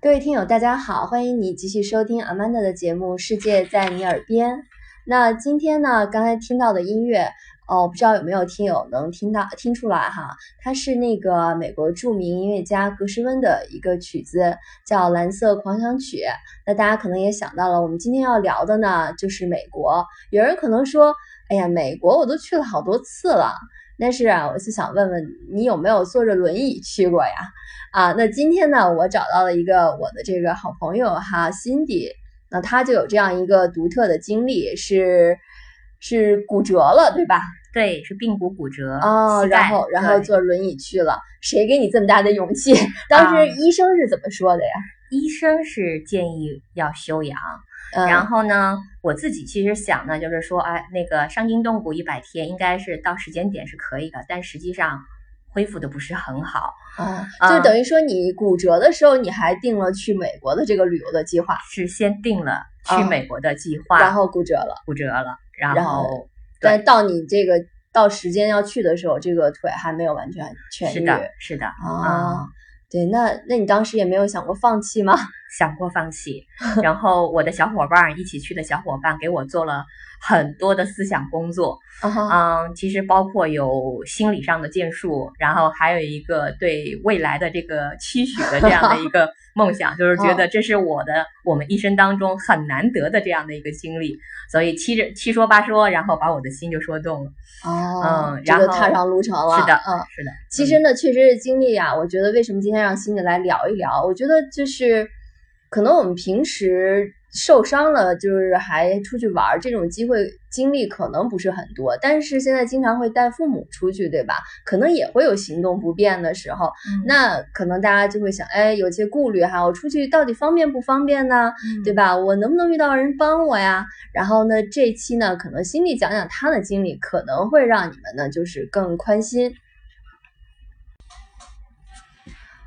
各位听友，大家好，欢迎你继续收听 Amanda 的节目《世界在你耳边》。那今天呢，刚才听到的音乐，哦，不知道有没有听友能听到听出来哈？它是那个美国著名音乐家格什温的一个曲子，叫《蓝色狂想曲》。那大家可能也想到了，我们今天要聊的呢，就是美国。有人可能说，哎呀，美国我都去了好多次了。但是啊，我就想问问你有没有坐着轮椅去过呀？啊，那今天呢，我找到了一个我的这个好朋友哈，Cindy，那他就有这样一个独特的经历，是是骨折了，对吧？对，是髌骨骨折哦，膝然盖后然后对坐轮椅去了，谁给你这么大的勇气？ 当啊时医生是怎么说的呀？医生是建议要休养，嗯，然后呢，我自己其实想呢，就是说，哎，那个伤筋动骨一百天，应该是到时间点是可以的，但实际上恢复的不是很好。啊，啊就等于说你骨折的时候，你还定了去美国的这个旅游的计划，是先定了哦去美国的计划，然后骨折了，骨折了，然后然后但到你这个到时间要去的时候，这个腿还没有完全痊是愈。的，是的，啊，对，那那你当时也没有想过放弃 吗？想过放 弃。然后我的小伙伴儿一起去的小伙伴给我做了很多的思想工作，啊哈，嗯，其实包括有心理上的建树，然后还有一个对未来的这个期许的这样的一 个梦想，就是觉得这是我的我们一生当中很难得的这样的一个经历，所以七着七说八说，然后把我的心就说动了。哦，嗯这然就后踏上路程了。是的，嗯，是的。其实呢，确实是经历啊。我觉得为什么今天让欣姐来聊一聊？我觉得就是，可能我们平时受伤了，就是还出去玩儿这种机会经历可能不是很多，但是现在经常会带父母出去，对吧？可能也会有行动不便的时候，嗯、那可能大家就会想，哎，有些顾虑哈，我出去到底方便不方便呢？嗯对？吧？我能不能遇到人帮我呀？然后呢，这一期呢，可能心里讲讲他的经历，可能会让你们呢，就是更宽心。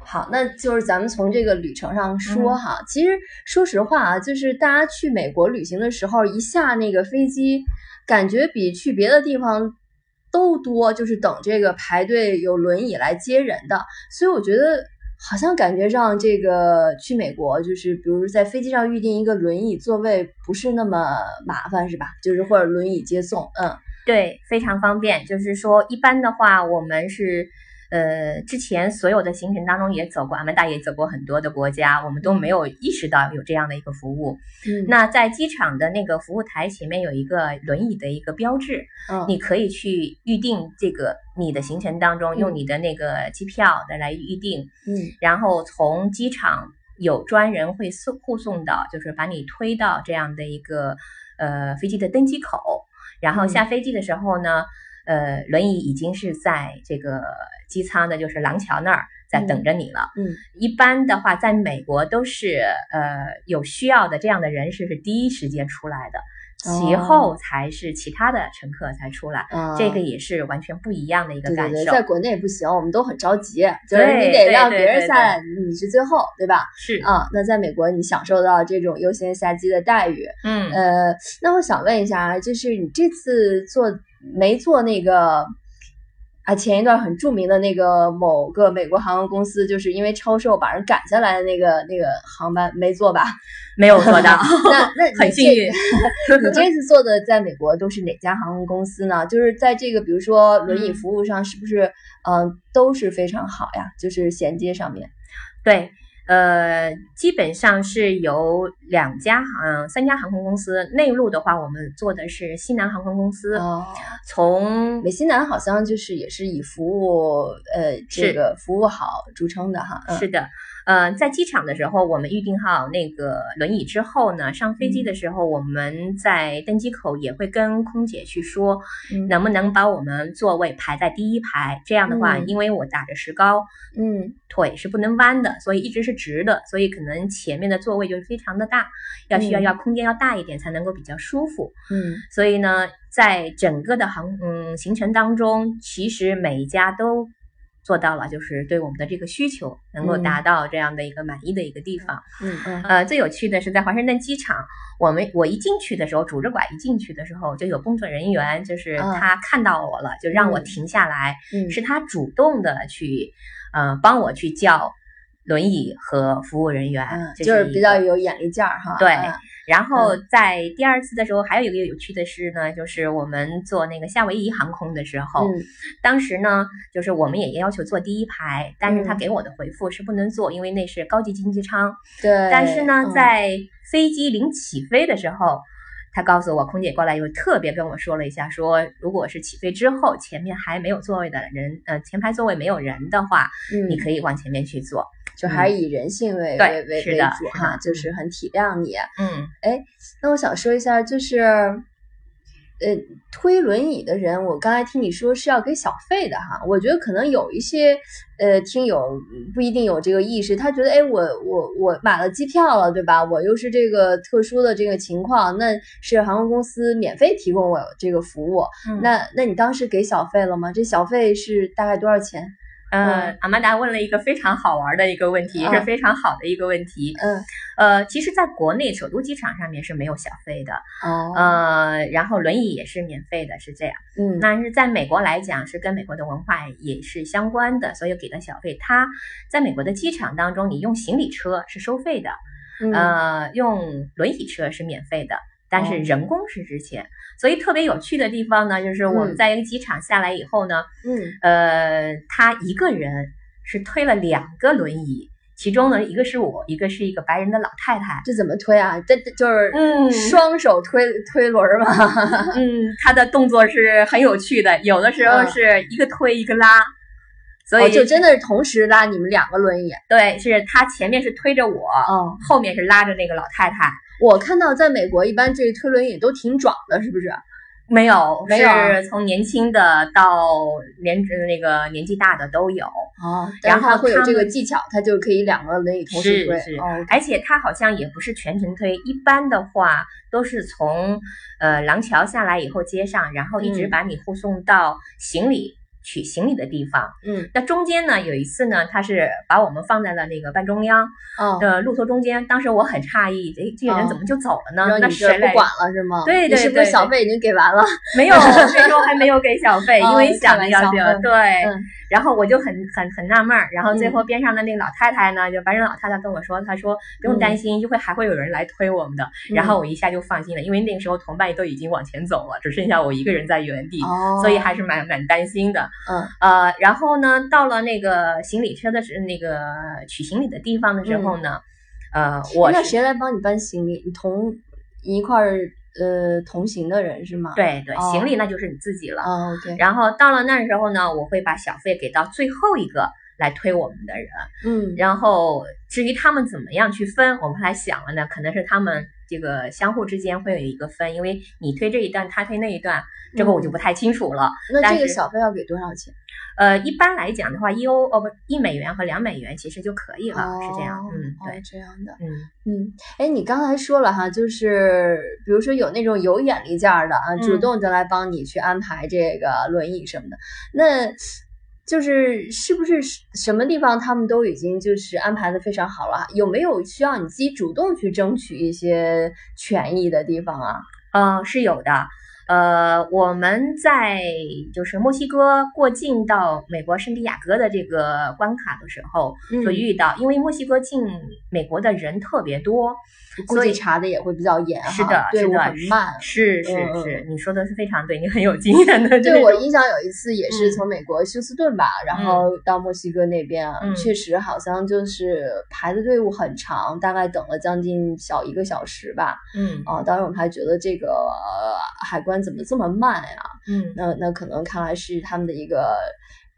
好，那就是咱们从这个旅程上说嗯哈。其实说实话啊，就是大家去美国旅行的时候，一下那个飞机，感觉比去别的地方都多，就是等这个排队有轮椅来接人的。所以我觉得好像感觉上这个去美国，就是比如在飞机上预定一个轮椅座位不是那么麻烦，是吧？就是或者轮椅接送，嗯对，非常方便。就是说，一般的话，我们是，呃，之前所有的行程当中也走过，俺们大也走过很多的国家，我们都没有意识到有这样的一个服务。嗯那在机场的那个服务台前面有一个轮椅的一个标志，嗯你可以去预定这个你的行程当中，嗯用你的那个机票的来预定，嗯然后从机场有专人会送护送到，就是把你推到这样的一个呃飞机的登机口，然后嗯下飞机的时候呢，呃，轮椅已经是在这个机舱的，就是廊桥那儿在等着你了。嗯一般的话，在美国都是呃有需要的这样的人士是第一时间出来的，其哦后才是其他的乘客才出来。啊，这个也是完全不一样的一个对感对对，受。在国内不行，我们都很着急，就是你对得对让对别人对下对来，你是最后，对吧？是，啊，那在美国你享受到这种优先下机的待遇，嗯呃，那我想问一下啊，就是你这次做没做那个啊？前一段很著名的那个某个美国航空公司，就是因为超售把人赶下来的那个那个航班没做吧？，没有做到 那那你很幸这运你这次做的在美国都是哪家航空公司呢？就是在这个比如说轮椅嗯服务上，是不是嗯、呃都是非常好呀？就是衔接上面，对，呃，基本上是由两家嗯、三家航空公司。内陆的话，我们做的是西南航空公司，哦，从美西南好像就是也是以服务呃这是个服务好著称的哈，嗯是的，呃，在机场的时候，我们预定好那个轮椅之后呢，上飞嗯机的时候，我们在登机口也会跟空姐去说，嗯能不能把我们座位排在第一排？这样的话，嗯因为我打着石膏，嗯。腿是不能弯的，所以一直是直的，所以可能前面的座位就是非常的大，要需要嗯要空间要大一点才能够比较舒服。嗯所以呢，在整个的航嗯行程当中，其实每一家都做到了，就是对我们的这个需求能够嗯达到这样的一个满意的一个地方。嗯嗯呃，最有趣的是在华盛顿机场，我们我一进去的时候，拄着拐一进去的时候，就有工作人员就是嗯他看到我了，就让我嗯停下来，嗯，是他主动的去，呃，帮我去叫轮椅和服务人员，嗯，这就是一比较个有眼力劲儿哈。对嗯然后在第二次的时候，还有一个有趣的是呢，就是我们坐那个夏威夷航空的时候，嗯当时呢，就是我们也要求坐第一排，但是他嗯给我的回复是不能坐，因为那是高级经济舱。对。但是呢，嗯在飞机临起飞的时候，他告诉我，空姐过来又特别跟我说了一下说，如果是起飞之后前面还没有座位的人，呃，前排座位没有人的话，嗯你可以往前面去坐。就还是以人性为对为为是为的嗯主是哈，的就是很体谅你。嗯，那我想说一下，就是，呃，推轮椅的人，我刚才听你说是要给小费的哈，我觉得可能有一些呃听友嗯不一定有这个意识，他觉得哎，我我我买了机票了，对吧？我又是这个特殊的这个情况，那是航空公司免费提供我这个服务，嗯那那你当时给小费了吗？这小费是大概多少钱？呃，阿曼达问了一个非常好玩的一个问题，也是嗯非常好的一个问题。嗯，呃，其实，在国内首都机场上面是没有小费的，哦，呃，然后轮椅也是免费的，是这样。嗯，那是在美国来讲，是跟美国的文化也是相关的，所以给的小费，它在美国的机场当中，你用行李车是收费的，嗯呃，用轮椅车是免费的，但是哦人工是值钱。所以特别有趣的地方呢，就是我嗯们在一个机场下来以后呢，嗯呃，他一个人是推了两个轮椅，其中呢一个是我，一个是一个白人的老太太。这怎么推啊？这这就是 嗯双手推、推轮儿嘛。嗯，他的动作是很有趣的，有的时候嗯是一个推一个拉，所以、哦，就真的是同时拉你们两个轮椅对，是他前面是推着我，哦。后面是拉着那个老太太。我看到在美国一般这推轮椅都挺壮的，是不是？哦没有，没有啊是从年轻的到年呃那个年纪大的都有，哦，然然后后会有他这个们技巧，它就可以两个轮椅同时是推。是哦，而且他好像也不是全程推，一般的话都是从呃廊桥下来以后接上，然后一直嗯把你护送到行李、取行李的地方。嗯，那中间呢，有一次呢，他是把我们放在了那个半中央哦，的路途中间，当时我很诧异，诶，这个人哦怎么就走了呢？然后那你就谁不来管了是吗？对你对是不是对小对费已经给完了？没有，那时候还没有给小费，因哦为想着要开这玩笑个嗯对。嗯然后我就很很很纳闷儿，然后最嗯后边上的那个老太太呢，就白人老太太跟我说，她说不用嗯担心，一会还会有人来推我们的。然后我一下就放心了，因为那个时候同伴都已经往前走了，只剩下我一个人在原地。哦，所以还是蛮蛮担心的，嗯呃，然后呢，到了那个行李车的时，那个取行李的地方的时候呢，呃，嗯我那是谁来帮你搬行李？你同你一块儿呃同行的人是吗？对对，哦行李那就是你自己了，哦，OK，然后到了那时候呢，我会把小费给到最后一个来推我们的人。嗯，然后至于他们怎么样去分，我们还想了呢，可能是他们这个相互之间会有一个分，因为你推这一段，他推那一段，这个我嗯就不太清楚了。那但这个是小费要给多少钱？呃，一般来讲的话，一欧哦不一美元和两美元其实就可以了，是这样哦。嗯，哦对，，这样的。嗯嗯，哎，你刚才说了哈，就是比如说有那种有眼力劲儿的啊，主嗯动的来帮你去安排这个轮椅什么的，那就是是不是什什么地方他们都已经就是安排的非常好了？啊有没有需要你自己主动去争取一些权益的地方啊？呃是有的。呃，我们在就是墨西哥过境到美国圣地亚哥的这个关卡的时候，嗯就遇到，因为墨西哥进美国的人特别多，估所计以查的也会比较严哈，是的，队是伍的，啊很慢。是是嗯嗯是，你说的是非常对，你很有经验 的。这对我种嗯印象有一次也是从美国休斯顿吧，然后到墨西哥那边啊，嗯确实好像就是排的队伍很长，大概等了将近小一个小时吧。嗯啊，当时我们还觉得这个、呃海关怎么这么慢呀、嗯，那那可能看来是他们的一个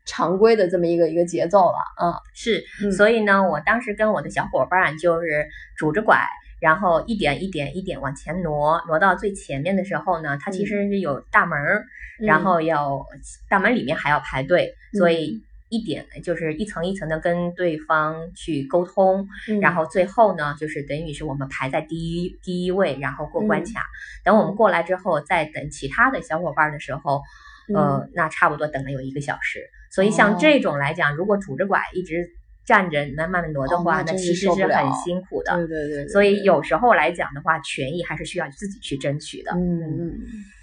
常规的这么一个一个节奏了啊。是嗯，所以呢，我当时跟我的小伙伴就是拄着拐。然后一点一点一点往前挪，挪到最前面的时候呢，嗯它其实是有大门儿，然后要大门里面还要排队，嗯所以一点就是一层一层的跟对方去沟通，嗯，然后最后呢，就是等于是我们排在第一第一位，然后过关嗯卡。等我们过来之后，再等其他的小伙伴的时候，嗯哦呃，那差不多等了有一个小时。所以像这种来讲，如果拄着拐一直站着慢慢的挪的哦话，那那真其是实受是不了很辛苦的。嗯对对对对，所以对。有时候来讲的话，权益还是需要自己去争取的。嗯嗯，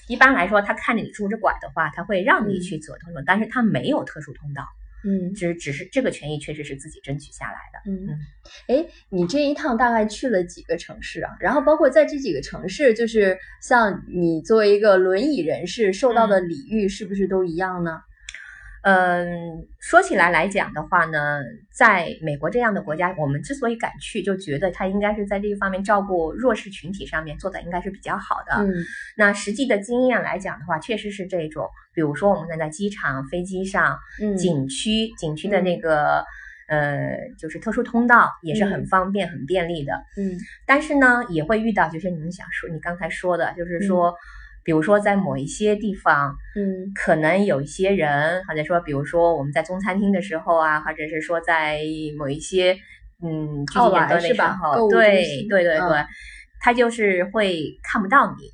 一般来说，他看着你拄着拐的话，他会让你嗯去左通道，但是他没有特殊通道。嗯只只是这个权益确实是自己争取下来的。嗯，哎，你这一趟大概去了几个城市啊？然后包括在这几个城市，就是像你作为一个轮椅人士受到的礼遇，是不是都一样呢？嗯，说起来来讲的话呢，在美国这样的国家，我们之所以敢去，就觉得它应该是在这一方面照顾弱势群体上面做的应该是比较好的。嗯那实际的经验来讲的话，确实是这种，比如说我们在机场、飞机上、嗯景区、景区的那个、呃，就是特殊通道也是很嗯方便、很便利的。嗯但是呢，也会遇到就是你们想说你刚才说的，就是说，比如说在某一些地方，嗯可能有一些人，或者说，比如说我们在中餐厅的时候啊，或者是说在某一些嗯聚集奥点莱的时是吧购候，物对中心对对嗯对，他就是会看不到你。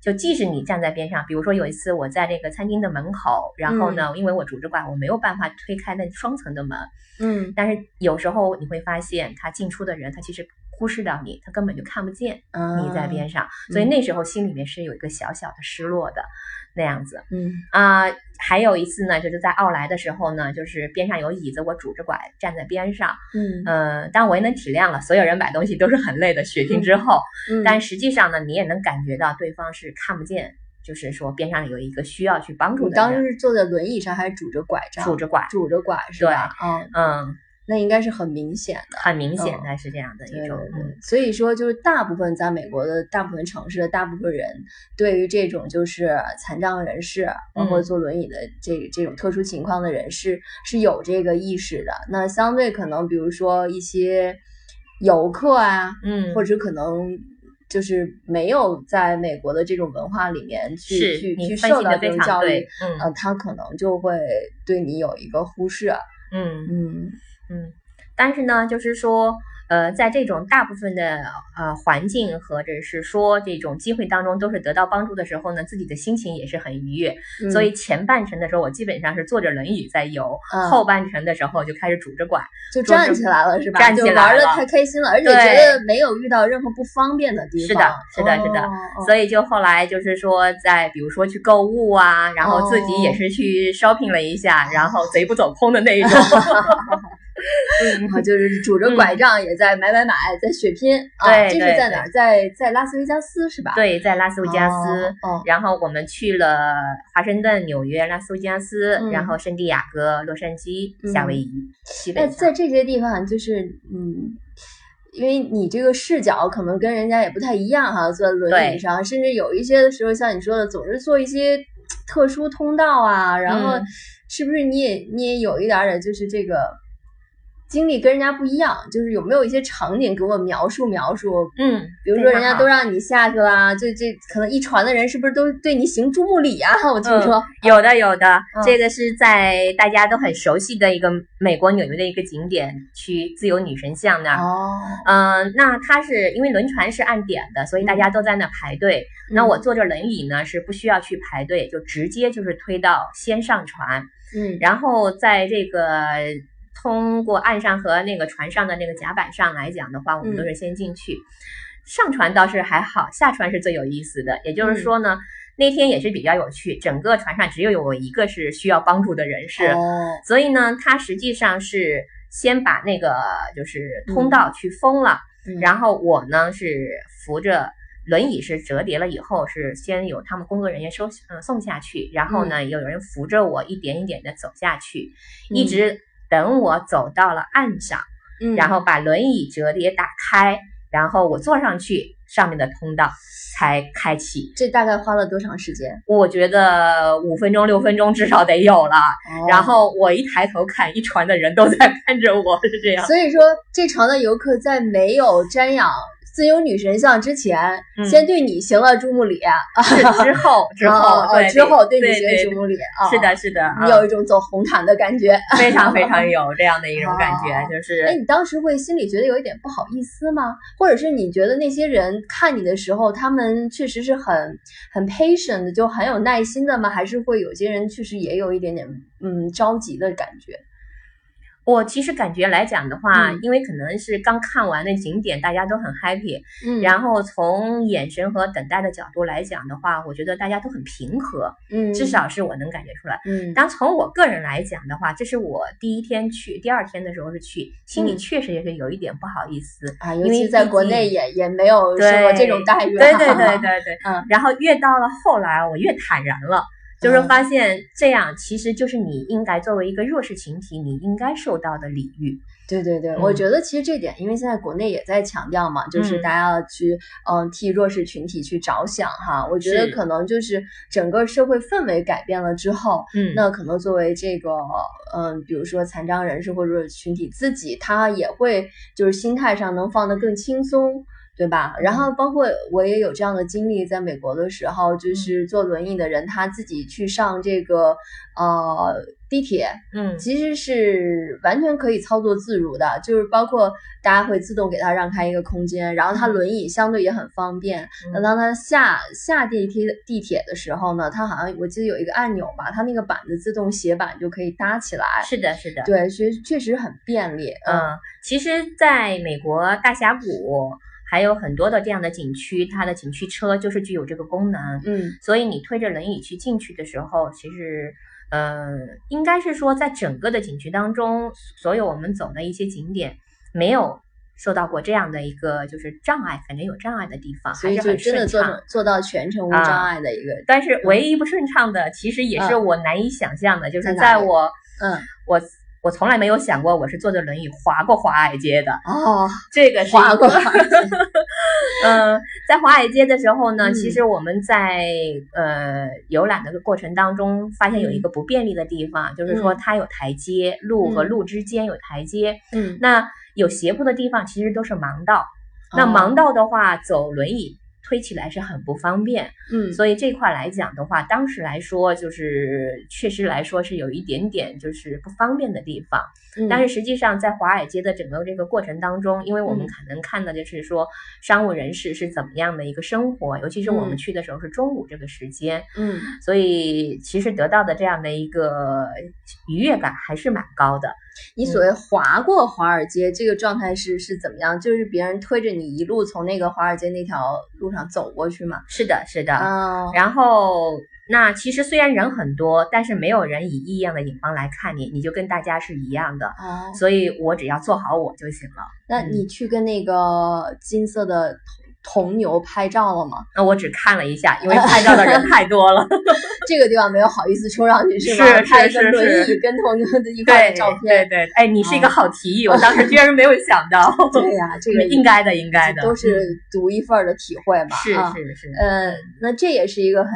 就即使你站在边上，比如说有一次我在那个餐厅的门口，然后呢，因为我拄着拐，我没有办法推开那双层的门，嗯但是有时候你会发现，他进出的人，他其实忽视到你，他根本就看不见嗯，你在边上，所以嗯那时候心里面是有一个小小的失落的那样子嗯啊、还有一次呢，就是在奥莱的时候呢，就是边上有椅子，我拄着拐站在边上，嗯嗯，但我也能体谅了，所有人买东西都是很累的，血拼之后，嗯，但实际上呢，你也能感觉到对方是看不见，就是说边上有一个需要去帮助你的当时人，是坐在轮椅上还是拄着拐杖？拄着拐，拄着拐是吧？啊、嗯，那应该是很明显的。很明显嗯的是这样的一对种，对嗯对，所以说就是大部分在美国的大部分城市的大部分人，对于这种就是残障人士，包括嗯坐轮椅的这这种特殊情况的人士是有这个意识的。那相对可能比如说一些游客啊，嗯，或者可能就是没有在美国的这种文化里面去是去你去分受析到的这非种常教对嗯育，，呃，他可能就会对你有一个忽视。啊嗯嗯嗯嗯。但是呢，就是说，呃，在这种大部分的呃环境或者是说这种机会当中，都是得到帮助的时候呢，自己的心情也是很愉悦。嗯所以前半程的时候，我基本上是坐着轮椅在游，嗯后半程的时候就开始拄着拐。就桌站子起来了是吧？站就起来玩的了太开心了，而且觉得没有遇到任何不方便的地是方的。是的是的哦所以就后来就是说，在比如说去购物啊，然后自哦己也是去 shopping 了一下，然 后贼不走空的那一种。 然后就是拄着拐杖也在买买买，在血拼啊！对这是对在哪儿？在在拉斯维加斯是吧？，对，在拉斯维加斯。哦，然后我们去了华盛顿、纽约、拉斯维加斯，嗯然后圣地亚哥、洛杉矶、夏威夷，基那本在上。这些地方就是嗯。因为你这个视角可能跟人家也不太一样哈，坐在轮椅对上，甚至有一些的时候，像你说的，总是做一些特殊通道啊，然后嗯是不是你也你也有一点儿点就是这个经历跟人家不一样，就是有没有一些场景给我描述描述？嗯，比如非说人常家好都让你下去啦，这这可能一船的人是不是都对你行注目礼啊？ 我听嗯说，有的有的，嗯这个是在大家都很熟悉的一个美国纽约的一个景点区——自由女神像那儿。哦，嗯、那它是因为轮船是按点的，所以大嗯家都在那排队。那我坐着轮椅呢，是不需要去排队，就直接就是推到先上船，嗯然后在这个通过岸上和那个船上的那个甲板上来讲的话，我们都是先进去。上船倒是还好，下船是最有意思的。也就是说呢，那天也是比较有趣，整个船上只有我一个是需要帮助的人士，哦所以呢，他实际上是先把那个就是通道去封了，嗯然后我呢是扶着。轮椅是折叠了以后，是先有他们工作人员收嗯送下去，然后嗯呢，有人扶着我一点一点的走下去，一直等我走到了岸上，嗯然后把轮椅折叠打开，然后我坐上去，上面的通道才开启。这大概花了多长时间？我觉得五分钟六分钟至少得有了，哦然后我一抬头看，一船的人都在 看着我，是这样。所以说，这船的游客在没有瞻仰自由女神像之前，嗯先对你行了注目礼啊，是之后，之哦后，哦对，之后对你对行注目礼啊，是，的，是的，你啊有一种走红毯的感觉。 非常非常有这样的一种感哦觉，就哎，是你当时会心里觉得有一点不好意思吗？或者是你觉得那些人看你的时候，他们确实是很很 patient 的，就很有耐心的吗？还是会有些人确实也有一点点嗯着急的感觉？我其实感觉来讲的话，嗯因为可能是刚看完的景点，大家都很 happy，嗯，然后从眼神和等待的角度来讲的话，我觉得大家都很平和，嗯，至少是我能感觉出来。嗯，当从我个人来讲的话，这是我第一天去，第二天的时候是去，心里嗯确实也是有一点不好意思。啊，尤因为其在毕国内竟也也没有什么这种待遇，对对 对，对对，嗯。然后越到了后来，我越坦然了。就是发现这样，其实就是你应该作为一个弱势群体，你应该受到的礼遇。对对对，我嗯觉得其实这点，因为现在国内也在强调嘛，就是嗯大家要去嗯、呃替弱势群体去着想哈。我觉得是可能就是整个社会氛围改变了之后，嗯那可能作为这个嗯、比如说残障人士或者弱势群体自己，他也会就是心态上能放得更轻松。对吧？然嗯后包括我也有这样的经历，在美国的时候，嗯就是坐轮椅的人他自己去上这个呃地铁，嗯其实是完全可以操作自如的，就是包括大家会自动给他让开一个空间，然后他嗯轮椅相对也很方便。那嗯当他下下地梯地铁的时候呢，他好像我记得有一个按钮吧，他那个板子自动斜板就可以搭起来。是的，是的，对，确确实很便利。嗯嗯，其实在美国大峡谷还有很多的这样的景区，它的景区车就是具有这个功能，嗯所以你推着轮椅去进去的时候，其实。呃，应该是说，在整个的景区当中，所有我们走的一些景点，没有受到过这样的一个就是障碍，感觉有障碍的地方，所还以是就很真的顺做畅啊成。做到全程无障碍的一个，但是唯一不顺畅的，其实也是嗯我难以想象的，就是在哪在里我嗯我我从来没有想过我是坐着轮椅滑过华尔街的，哦，这个是划一过个。划过， 呃，在华尔街的时候呢，嗯其实我们在呃游览的过程当中，发现有嗯一个不便利的地方，就是说它有台阶，路和嗯路之间有台阶，嗯，那有斜坡的地方其实都是盲道。哦那盲道，道的话，走轮椅推起来是很不方便，嗯所以这块来讲的话，当时来说就是确实来说是有一点点就是不方便的地方。嗯，但是实际上，在华尔街的整个这个过程当中，因为我们嗯可能看的就是说商务人士是怎么样的一个生活，尤其是我嗯们去的时候是中午这个时间，嗯所以其实得到的这样的一个愉悦感还是蛮高的。你所谓划过华尔街这个状态是是怎么样？就是别人推着你一路从那个华尔街那条路上走过去嘛？是的，是的。啊、然后，那其实虽然人很多，但是没有人以异样的眼光来看你，你就跟大家是一样的。哦，所以我只要做好我就行了。那你去跟那个金色的铜铜牛拍照了吗？那我只看了一下， 因为拍照的人太多了。这个地方没有好意思冲上去是吗？是拍一个是轮是椅跟铜牛的一块对的照片。嗯对对，哎，你是一个好提议，我当时居然没有想到。 对呀、这个应该的，应该的，嗯都是独一份儿的体会吧？是啊是是，呃，那这也是一个很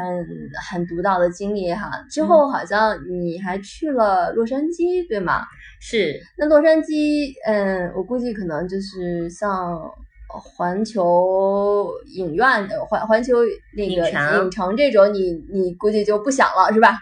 很独到的经历哈。之后嗯好像你还去了洛杉矶，对吗？是那洛杉矶，嗯，我估计可能就是像环球影院、呃环环球那个影城影城这种，你你估计就不想了是吧？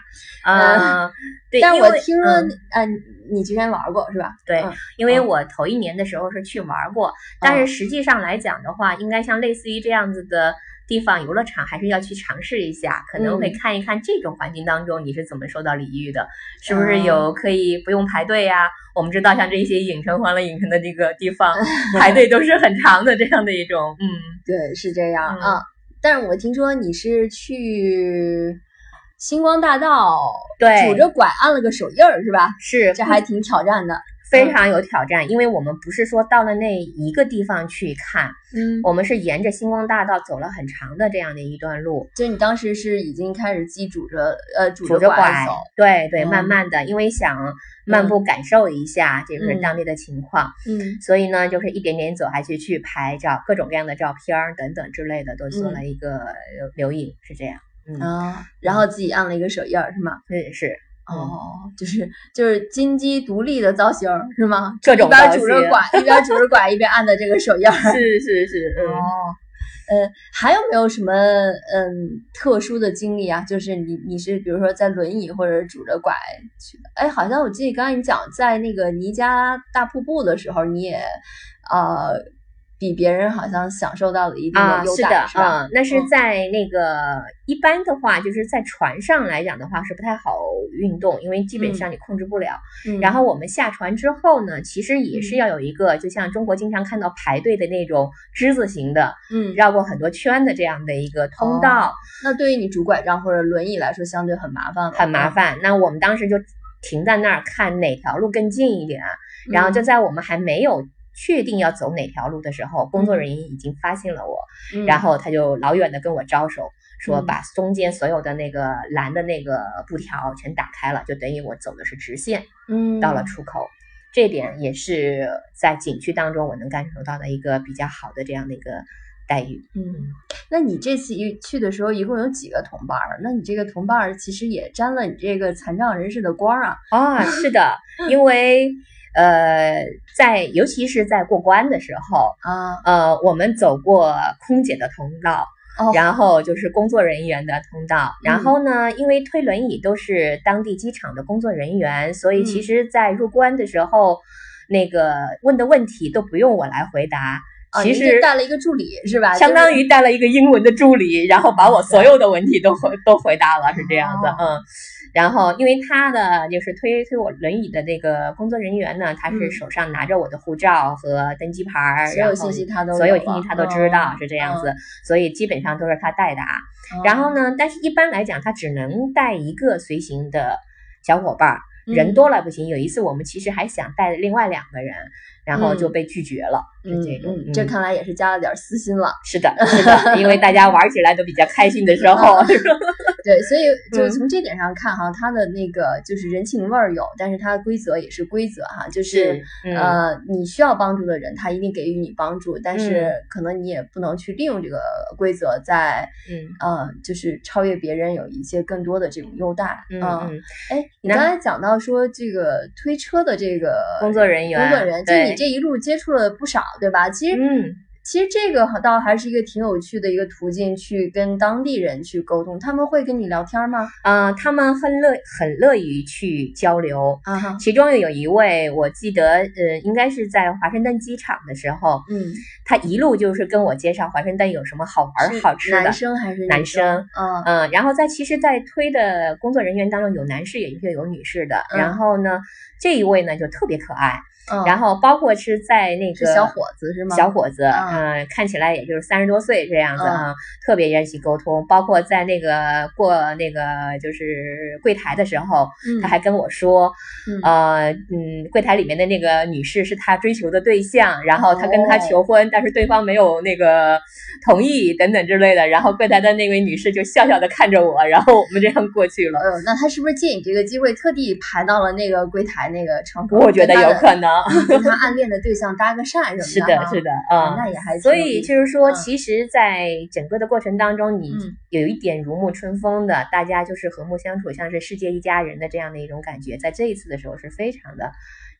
呃，对，但因我为听说，嗯啊，你你之前玩过是吧？对嗯因为嗯我头一年的时候是去玩过，但是实际上来讲的话，应该像类似于这样子的。地方游乐场还是要去尝试一下，可能会嗯看一看这种环境当中你是怎么受到礼遇的，是不是嗯有可以不用排队呀、我们知道像这些影城、欢乐影城的这个 地方排队都是很长的这样的一种，嗯，对，是这样嗯啊、但是我听说你是去星光大道对，嗯拄着拐按了个手印 儿是嗯吧？是这还挺挑战的。非常有挑战，因为我们不是说到了那一个地方去看，嗯，我们是沿着星光大道走了很长的这样的一段路，就你当时是已经开始记拄着呃拄拄着着拐拐走，，对对，嗯慢慢的，因为想漫步感受一下这个当地的情况，嗯。所以呢，就是一点点走，还去去拍照，各种各样的照片儿等等之类的，都做嗯了一个留留影，是这样，嗯，啊，然后自己按了一个手印儿是吗？是是，嗯哦，就是就是金鸡独立的造型儿是吗？各种一边造拄着型 拐，一边拄着拐，一边按的这个手印儿。是是是，哦，呃，还有没有什么嗯特殊的经历啊？就是你你是比如说在轮椅或者拄着拐去的？哎，好像我记得刚才你讲在那个尼加大瀑布的时候，你也呃比别人好像享受到了一定的啊，优是待，的，是吧？嗯，那是嗯在那个、一般的话，就是在船上来讲的话是不太好运动，因为基本上你控制不了。嗯然后我们下船之后呢，其实也是嗯要有一个，就像中国经常看到排队的那种之字形的，嗯，绕过很多圈的这样的一个哦通道，那对于你拄拐杖或者轮椅来说，相对很麻烦了，很麻嗯。烦。那我们当时就停在那儿看哪条路更近一点，嗯然后就在我们还没有。确定要走哪条路的时候，工作人员已经发现了我，嗯，然后他就老远的跟我招手，说嗯把中间所有的那个蓝的那个布条全打开了，就等于我走的是直线嗯，到了出口。这点也是在景区当中我能感受到的一个比较好的这样的一个待遇。嗯，那你这次一去的时候，一共有几个同伴儿？那你这个同伴儿其实也沾了你这个残障人士的光儿啊。啊，是的，嗯因为呃，在尤其是在过关的时候，啊，呃，我们走过空姐的通道，哦，嗯然后就是工作人员的通道。然后呢，因为推轮椅都是当地机场的工作人员，所以其嗯实，在入关的时候，那个问的问题都不用我来回答，啊其你就实带了一个助理啊是吧？相当于于带了一个英文的助理，然后把我所有的问题都回都回答了，是这样子，哦嗯。然后，因为他的就是推推我轮椅的那个工作人员呢，他是嗯手上拿着我的护照和登机牌儿，所有然后信息他都啊所有有信息了他都知道嗯，是这样嗯子，所以基本上都是他代答。哦然后呢，但是一般来讲，他只能带一个随行的小伙伴儿，嗯人多了不行。有一次我们其实还想带另外两个人，然后就嗯被拒绝了。嗯是这种嗯，这嗯看来也是加了点儿私心了。是的，是的，因为大家玩起来都比较开心的时嗯候，是吧对，所以就嗯从这点上看哈，它的那个就是人情味儿有，但是它的规则也是规则哈，就是。嗯呃，你需要帮助的人，他一定给予你帮助，但是嗯可能你也不能去利用这个规则在嗯呃，就是超越别人有一些更多的这种优待。嗯呃嗯，哎，你那刚才讲到说这个推车的这个工作人员，工作人员，就对你这一路接触了不少，对吧？其实、嗯其实这个倒还是一个挺有趣的一个途径，去跟当地人去沟通，他们会跟你聊天吗？呃，他们很乐很乐于去交流。啊哈，其中有一位，我记得，呃，应该是在华盛顿机场的时候，嗯，他一路就是跟我介绍华盛顿有什么好玩儿是好吃的男。生还是女男生，嗯嗯，然后在其实，在推的工作人员当中，有男士也也有女士的。嗯然后呢，这一位呢就特别可爱，嗯，然后包括是在那是个小伙子是吗？小伙子，嗯嗯，看起来也就是三十多岁这样子嗯啊，特别愿意沟通。包括在那个过那个就是柜台的时候，嗯，他还跟我说，嗯呃，嗯，柜台里面的那个女士是他追求的对象，然后他跟他哦求婚，但是对方没有那个同意等等之类的。然后柜台的那位女士就笑笑的看着我，然后我们这样过去了。哎呦，那他是不是借你这个机会特地排到了那个柜台那个窗口？我觉得跟他有的可能，跟他暗恋的对象搭个讪什么是的的哈，，是的，啊嗯，那也还所挺有以意思就是说，嗯其实，在整个的过程当中，你嗯有一点如沐春风的，大家就是和睦相处，像是世界一家人的这样的一种感觉，在这一次的时候是非常的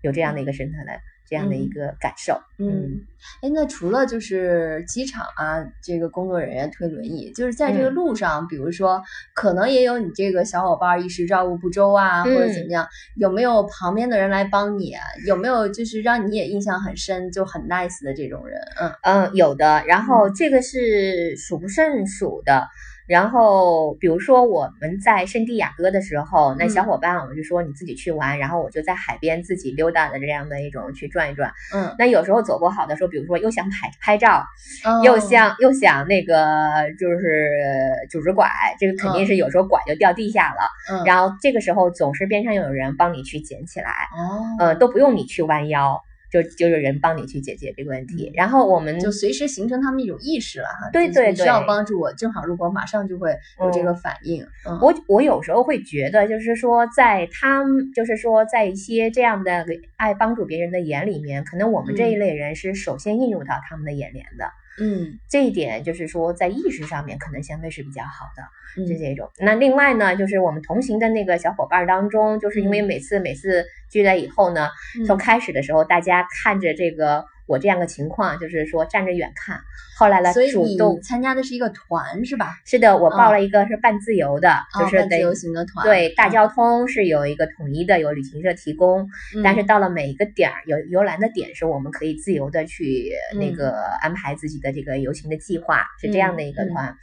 有这样的一个深刻的这样的一个感受。嗯，哎，那除了就是机场啊，这个工作人员推轮椅，就是在这个嗯路上，比如说可能也有你这个小伙伴儿一时照顾不周啊，或者怎嗯么样，有没有旁边的人来帮你啊？有没有就是让你也印象很深就很 nice 的这种人？嗯嗯，有的。然后这个是数不胜数的。然后，比如说我们在圣地亚哥的时候，那嗯小伙伴我就说你自己去玩，然后我就在海边自己溜达的这样的一种去转一转。 嗯那有时候走不好的时候，比如说又想拍拍照，嗯，又想又想那个就是拄着拐，这个肯定是有时候拐就掉地下了，嗯，然后这个时候总是边上有人帮你去捡起来，哦，呃，都不用你去弯腰，就就有人帮你去解决这个问题嗯。然后我们就随时形成他们一种意识了哈。对就对你需要对帮助我，正好路过，马上就会有这嗯个反应。嗯，我我有时候会觉得，就是说，在他们，就是说，在一些这样的爱帮助别人的眼里面，可能我们这一嗯类人是首先映入到他们的眼帘的。嗯，这一点就是说，在意识上面可能相对是比较好的。嗯是这种。那另外呢，就是我们同行的那个小伙伴当中，就是因为嗯每次每次聚在以后呢，嗯从开始的时候大家看着这个。我这样个情况，就是说站着远看。后来呢，所以主你动参加的是一个团是吧？是的，我报嗯了一个是半自由的，哦就是半自得由行的团，对大嗯交通是有一个统一的，有旅行社提供，但是嗯到了每一个点儿游游览的点是我们可以自由的去呃那嗯个安排自己的这个游行的计划，是这样的一个嗯嗯团。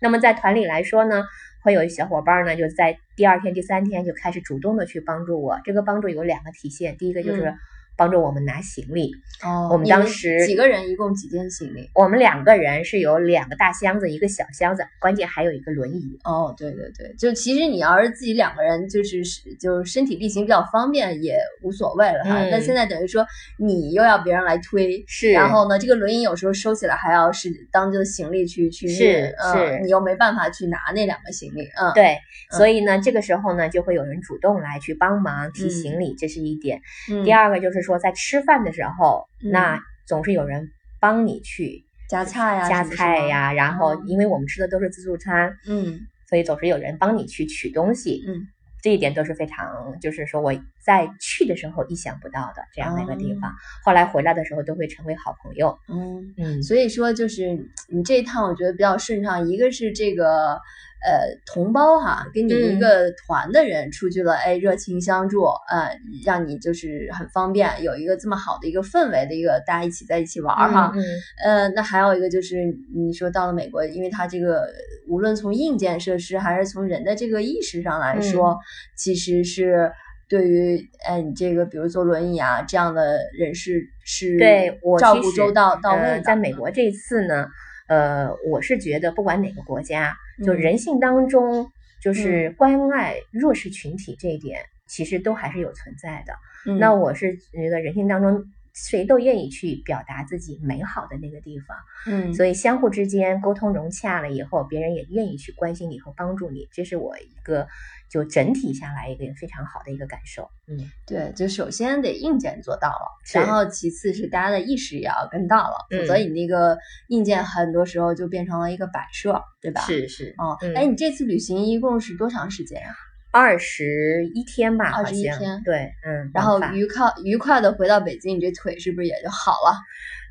那么在团里来说呢，会有一小伙伴呢就在第二天、第三天就开始主动的去帮助我。这个帮助有两个体现，第一个就是嗯帮助我们拿行李，哦，我们你当时几个人，一共几件行李？我们两个人是有两个大箱子，一个小箱子，关键还有一个轮椅。哦，对对对，就其实你要是自己两个人，就是是就是身体力行比较方便也无所谓了哈。嗯但现在等于说你又要别人来推，是然后呢，这个轮椅有时候收起来还要是当这个行李去去是运是嗯，你又没办法去拿那两个行李，嗯，对，嗯所以呢，这个时候呢，就会有人主动来去帮忙提嗯行李，这是一点。嗯第二个就是说，在吃饭的时候，嗯那总是有人帮你去夹菜呀，夹什么菜，啊是吗呀，然后哦因为我们吃的都是自助餐，嗯所以总是有人帮你去取东西，嗯，这一点都是非常，就是说我在去的时候意想不到的这样的一个地哦方，后来回来的时候都会成为好朋友。嗯。嗯，所以说，就是你这一趟我觉得比较顺畅，一个是这个呃同胞哈，跟你一嗯个团的人出去了，哎，热情相助，呃，让你就是很方便，有一个这么好的一个氛围的一个大家一起在一起玩儿哈。嗯嗯呃，那还有一个就是你说到了美国，因为它这个无论从硬件设施还是从人的这个意识上嗯来说，其实是。对于，哎，你这个比如坐轮椅啊这样的人士是对我照其顾实周到到位的、呃在美国这一次呢，呃，我是觉得不管哪个国家，就嗯人性当中就是关爱弱势群体这一点，其实都还是有存在的。嗯那我是觉得人性当中。谁都愿意去表达自己美好的那个地方，嗯，所以相互之间沟通融洽了以后，别人也愿意去关心你和帮助你，这是我一个就整体下来一个非常好的一个感受。嗯，对，就首先得硬件做到了，是然后其次是大家的意识也要跟到了，否嗯则你那个硬件很多时候就变成了一个摆设，对吧？。是是，哦，嗯哎，你这次旅行一共是多长时间啊呀、二十一天吧，好21像天对，嗯，然往后返愉快愉快的回到北京，你这腿是不是也就好了，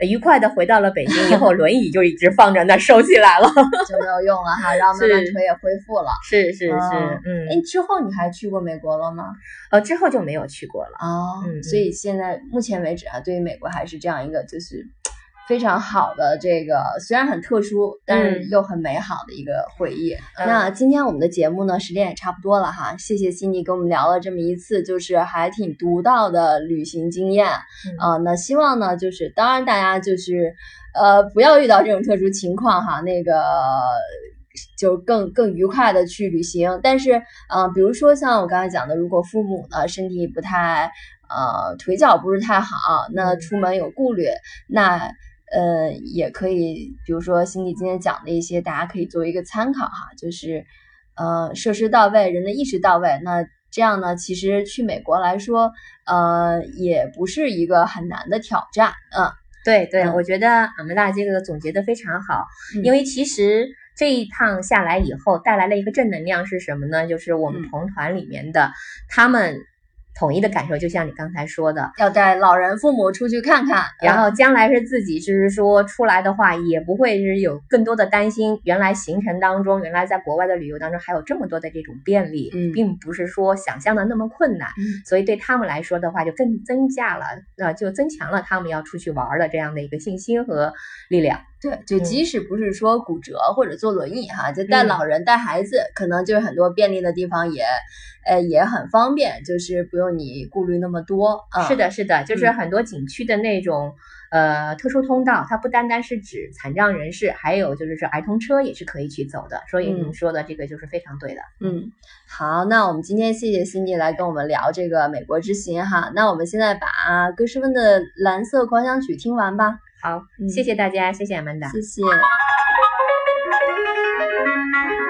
愉快的回到了北京以 后，轮椅就一直放着那儿收起来了。就没有用了哈？然后慢慢是腿也恢复了。是是哦哎嗯，，之后你还去过美国了吗？呃，之后就没有去过了。哦，嗯所以现在目前为止啊，对于美国还是这样一个就是非常好的这个，虽然很特殊，但是嗯又很美好的一个回忆。嗯那今天我们的节目呢，时间也差不多了哈，谢谢悉尼跟我们聊了这么一次，就是还挺独到的旅行经验。嗯啊，那希望呢，就是当然大家就是，呃，不要遇到这种特殊情况哈，那个就更更愉快的去旅行。但是，呃，比如说像我刚才讲的，如果父母呢身体不太，呃，腿脚不是太好，那嗯出门有顾虑，那。呃，也可以，比如说心里今天讲的一些，大家可以作为一个参考哈，就是，呃，设施到位，人的意识到位，那这样呢，其实去美国来说，呃，也不是一个很难的挑战，嗯，对对，嗯我觉得俺们大这个总结的非常好，嗯因为其实。这一趟下来以后，带来了一个正能量是什么呢？就是我们嗯同团里面的、他们统一的感受，就像你刚才说的，要带老人、父母出去看看，然嗯后将来是自己就是说出来的话，也不会是有更多的担心。原来行程当中，原来在国外的旅游当中还有这么多的这种便利，嗯并不是说想象的那么困难。嗯所以对他们来说的话，就更增加了，呃，就增强了他们要出去玩儿的这样的一个信心和力量。对，就嗯即使不是说骨折或者坐轮椅哈，就带嗯老人、带孩子，可能就是很多便利的地方也，呃，也很方便，就是不用你顾虑那么多啊。是，的，是的，就是嗯很多景区的那种。呃，特殊通道它不单单是指残障人士，还有就是说儿童车也是可以去走的，所以嗯你说的这个就是非常对的。嗯，好，那我们今天谢谢辛迪来跟我们聊这个美国之行哈。那我们现在把啊歌诗温的《蓝色狂想曲》听完吧，好，嗯谢谢大家，谢谢 Amanda。谢谢。 Thank you.